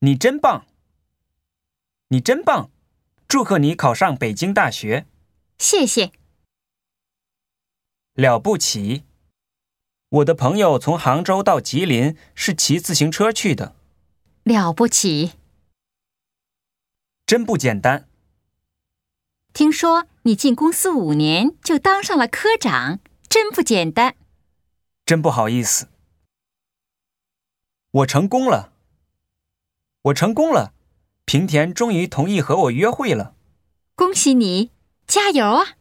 你真棒！你真棒！祝贺你考上北京大学，谢谢，了不起！我的朋友从杭州到吉林是骑自行车去的，了不起。真不简单。听说你进公司五年就当上了科长，真不简单。真不好意思，我成功了，我成功了，平田终于同意和我约会了。恭喜你，加油啊！